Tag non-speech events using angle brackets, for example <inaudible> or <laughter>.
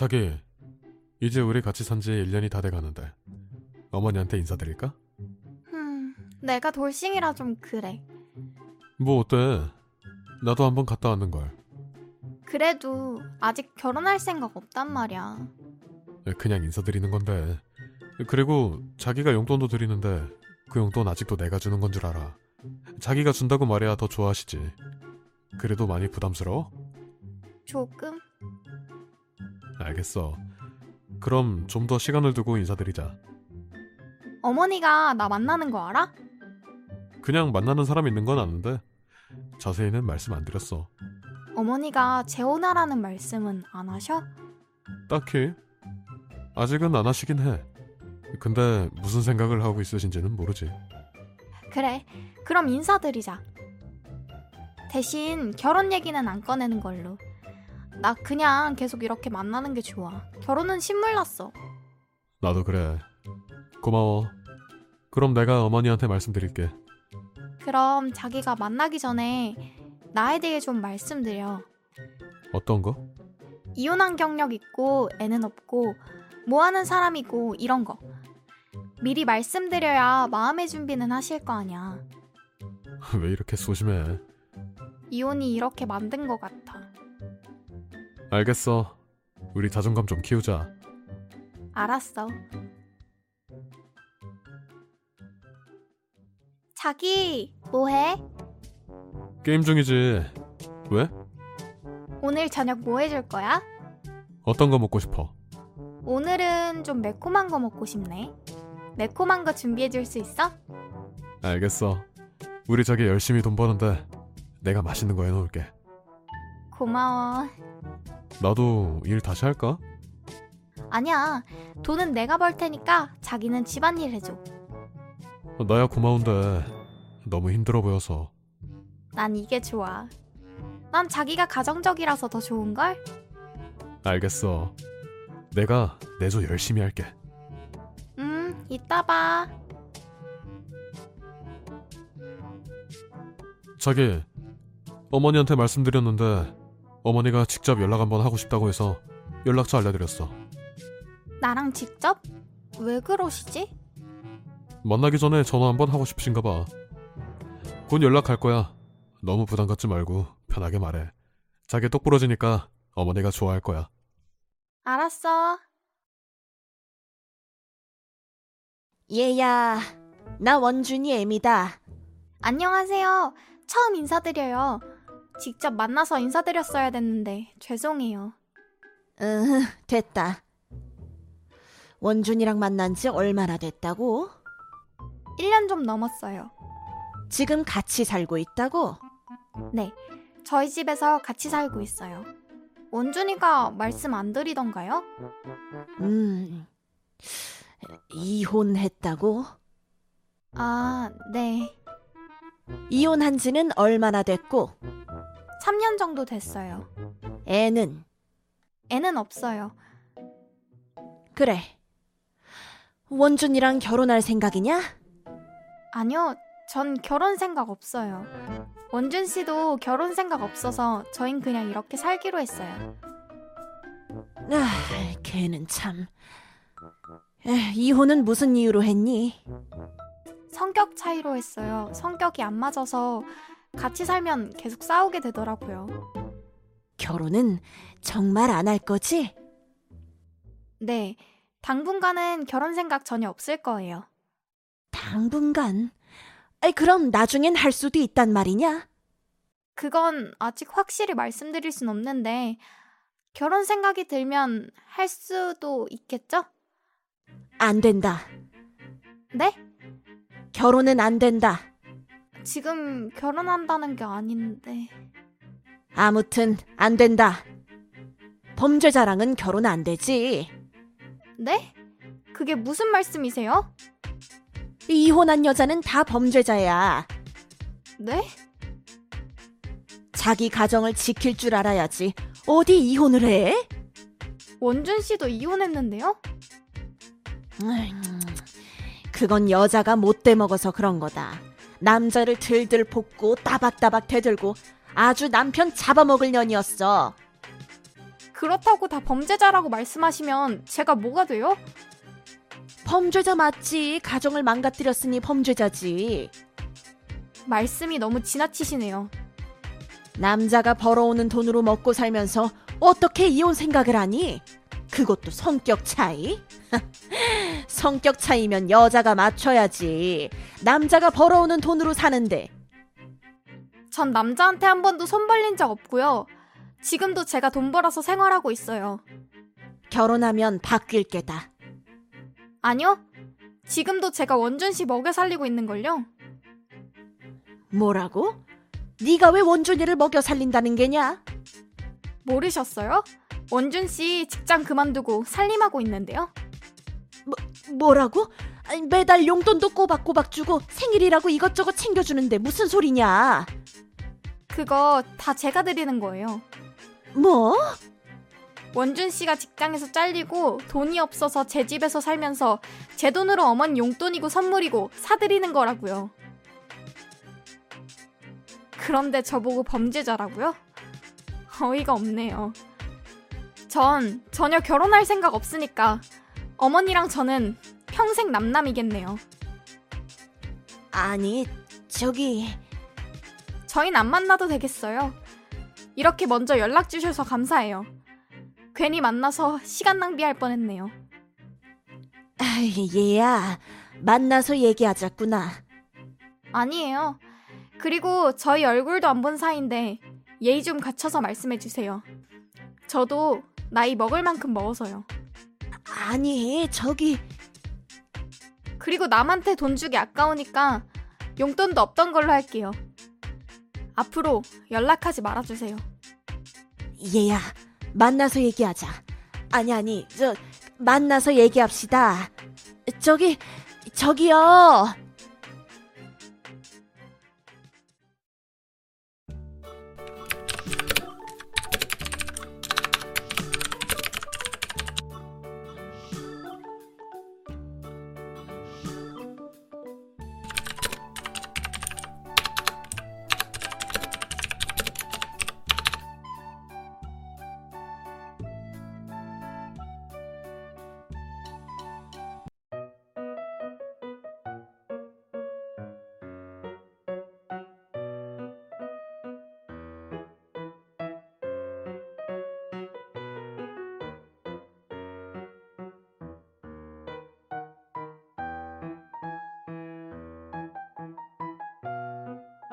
자기, 이제 우리 같이 산 지 1년이 다 돼가는데 어머니한테 인사드릴까? 음, 내가 돌싱이라 좀 그래. 뭐 어때? 나도 한번 갔다 왔는 걸. 그래도 아직 결혼할 생각 없단 말이야. 예, 그냥 인사드리는 건데. 예, 그리고 자기가 용돈도 드리는데 그 용돈 아직도 내가 주는 건 줄 알아. 자기가 준다고 말해야 더 좋아하시지. 그래도 많이 부담스러워? 조금? 알겠어. 그럼 좀 더 시간을 두고 인사드리자. 어머니가 나 만나는 거 알아? 그냥 만나는 사람 있는 건 아는데 자세히는 말씀 안 드렸어. 어머니가 재혼하라는 말씀은 안 하셔? 딱히 아직은 안 하시긴 해. 근데 무슨 생각을 하고 있으신지는 모르지. 그래, 그럼 인사드리자. 대신 결혼 얘기는 안 꺼내는 걸로. 나 그냥 계속 이렇게 만나는 게 좋아. 결혼은 신물났어. 나도 그래. 고마워. 그럼 내가 어머니한테 말씀드릴게. 그럼 자기가 만나기 전에 나에 대해 좀 말씀드려. 어떤 거? <laughs> 이혼한 경력 있고 애는 없고 뭐 하는 사람이고 이런 거. 미리 말씀드려야 마음의 준비는 하실 거 아니야. 왜 이렇게 소심해? 이혼이 이렇게 만든 것 같아. 알겠어. 우리 자존감 좀 키우자. 알았어. 자기, 뭐해? 게임 중이지. 왜? 오늘 저녁 뭐 해줄 거야? 어떤 거 먹고 싶어? 오늘은 좀 매콤한 거 먹고 싶네. 매콤한 거 준비해줄 수 있어? 알겠어. 우리 자기 열심히 돈 버는데 내가 맛있는 거 해놓을게. 고마워. 나도 일 다시 할까? 아니야, 돈은 내가 벌 테니까 자기는 집안일 해줘. 어, 나야 고마운데 너무 힘들어 보여서. 난 이게 좋아. 난 자기가 가정적이라서 더 좋은걸? 알겠어. 내가 내조 열심히 할게. 음, 이따 봐. 자기 어머니한테 말씀드렸는데 어머니가 직접 연락 한번 하고 싶다고 해서 연락처 알려드렸어. 나랑 직접? 왜 그러시지? 만나기 전에 전화 한번 하고 싶으신가 봐. 곧 연락할 거야. 너무 부담 갖지 말고 편하게 말해. 자기 똑부러지니까 어머니가 좋아할 거야. 알았어. 얘야, 나 원준이 애미다. 안녕하세요. 처음 인사드려요. 직접 만나서 인사드렸어야 됐는데 죄송해요. 으, 됐다. 원준이랑 만난 지 얼마나 됐다고? 1년 좀 넘었어요. 지금 같이 살고 있다고? 네. 저희 집에서 같이 살고 있어요. 원준이가 말씀 안 드리던가요? 음, 이혼했다고? 아, 네. 이혼한 지는 얼마나 됐고, 3년 정도 됐어요. 애는? 애는 없어요. 그래. 원준이랑 결혼할 생각이냐? 아니요, 전 결혼 생각 없어요. 원준 씨도 결혼 생각 없어서 저흰 그냥 이렇게 살기로 했어요. 아, 걔는 참. 에, 이혼은 무슨 이유로 했니? 성격 차이로 했어요. 성격이 안 맞아서 같이 살면 계속 싸우게 되더라고요. 결혼은 정말 안 할 거지? 네, 당분간은 결혼 생각 전혀 없을 거예요. 당분간. 아이, 그럼 나중엔 할 수도 있단 말이냐? 그건 아직 확실히 말씀드릴 순 없는데 결혼 생각이 들면 할 수도 있겠죠? 안 된다. 네? 결혼은 안 된다. 지금 결혼한다는 게 아닌데 아무튼 안 된다. 범죄자랑은 결혼 안 되지. 네? 그게 무슨 말씀이세요? 이혼한 여자는 다 범죄자야. 네? 자기 가정을 지킬 줄 알아야지. 어디 이혼을 해? 원준 씨도 이혼했는데요? 음, 그건 여자가 못돼 먹어서 그런 거다. 남자를 들들 볶고 따박따박 대들고 아주 남편 잡아먹을 년이었어. 그렇다고 다 범죄자라고 말씀하시면 제가 뭐가 돼요? 범죄자 맞지. 가정을 망가뜨렸으니 범죄자지. 말씀이 너무 지나치시네요. 남자가 벌어오는 돈으로 먹고 살면서 어떻게 이혼 생각을 하니? 그것도 성격 차이? <laughs> 성격 차이면 여자가 맞춰야지. 남자가 벌어오는 돈으로 사는데 전 남자한테 한 번도 손 벌린 적 없고요. 지금도 제가 돈 벌어서 생활하고 있어요. 결혼하면 바뀔 게다. 아니요. 지금도 제가 원준 씨 먹여 살리고 있는걸요. 뭐라고? 네가 왜 원준이를 먹여 살린다는 게냐? 모르셨어요? 원준 씨 직장 그만두고 살림하고 있는데요. 뭐라고? 아니, 매달 용돈도 꼬박꼬박 주고 생일이라고 이것저것 챙겨주는데 무슨 소리냐? 그거 다 제가 드리는 거예요. 뭐? 원준 씨가 직장에서 잘리고 돈이 없어서 제 집에서 살면서 제 돈으로 엄한 용돈이고 선물이고 사드리는 거라고요. 그런데 저보고 범죄자라고요? 어이가 없네요. 전 전혀 결혼할 생각 없으니까 어머니랑 저는 평생 남남이겠네요. 아니, 저기 저흰안 만나도 되겠어요. 이렇게 먼저 연락 주셔서 감사해요. 괜히 만나서 시간 낭비할 뻔했네요. 아이, 얘야 만나서 얘기하자꾸나. 아니에요. 그리고 저희 얼굴도 안 본 사이인데 예의 좀 갖춰서 말씀해 주세요. 저도 나이 먹을 만큼 먹어서요. 아니, 저기 그리고 남한테 돈 주기 아까우니까 용돈도 없던 걸로 할게요. 앞으로 연락하지 말아주세요. 얘야 만나서 얘기하자. 아니 아니, 저 만나서 얘기합시다. 저기 저기요.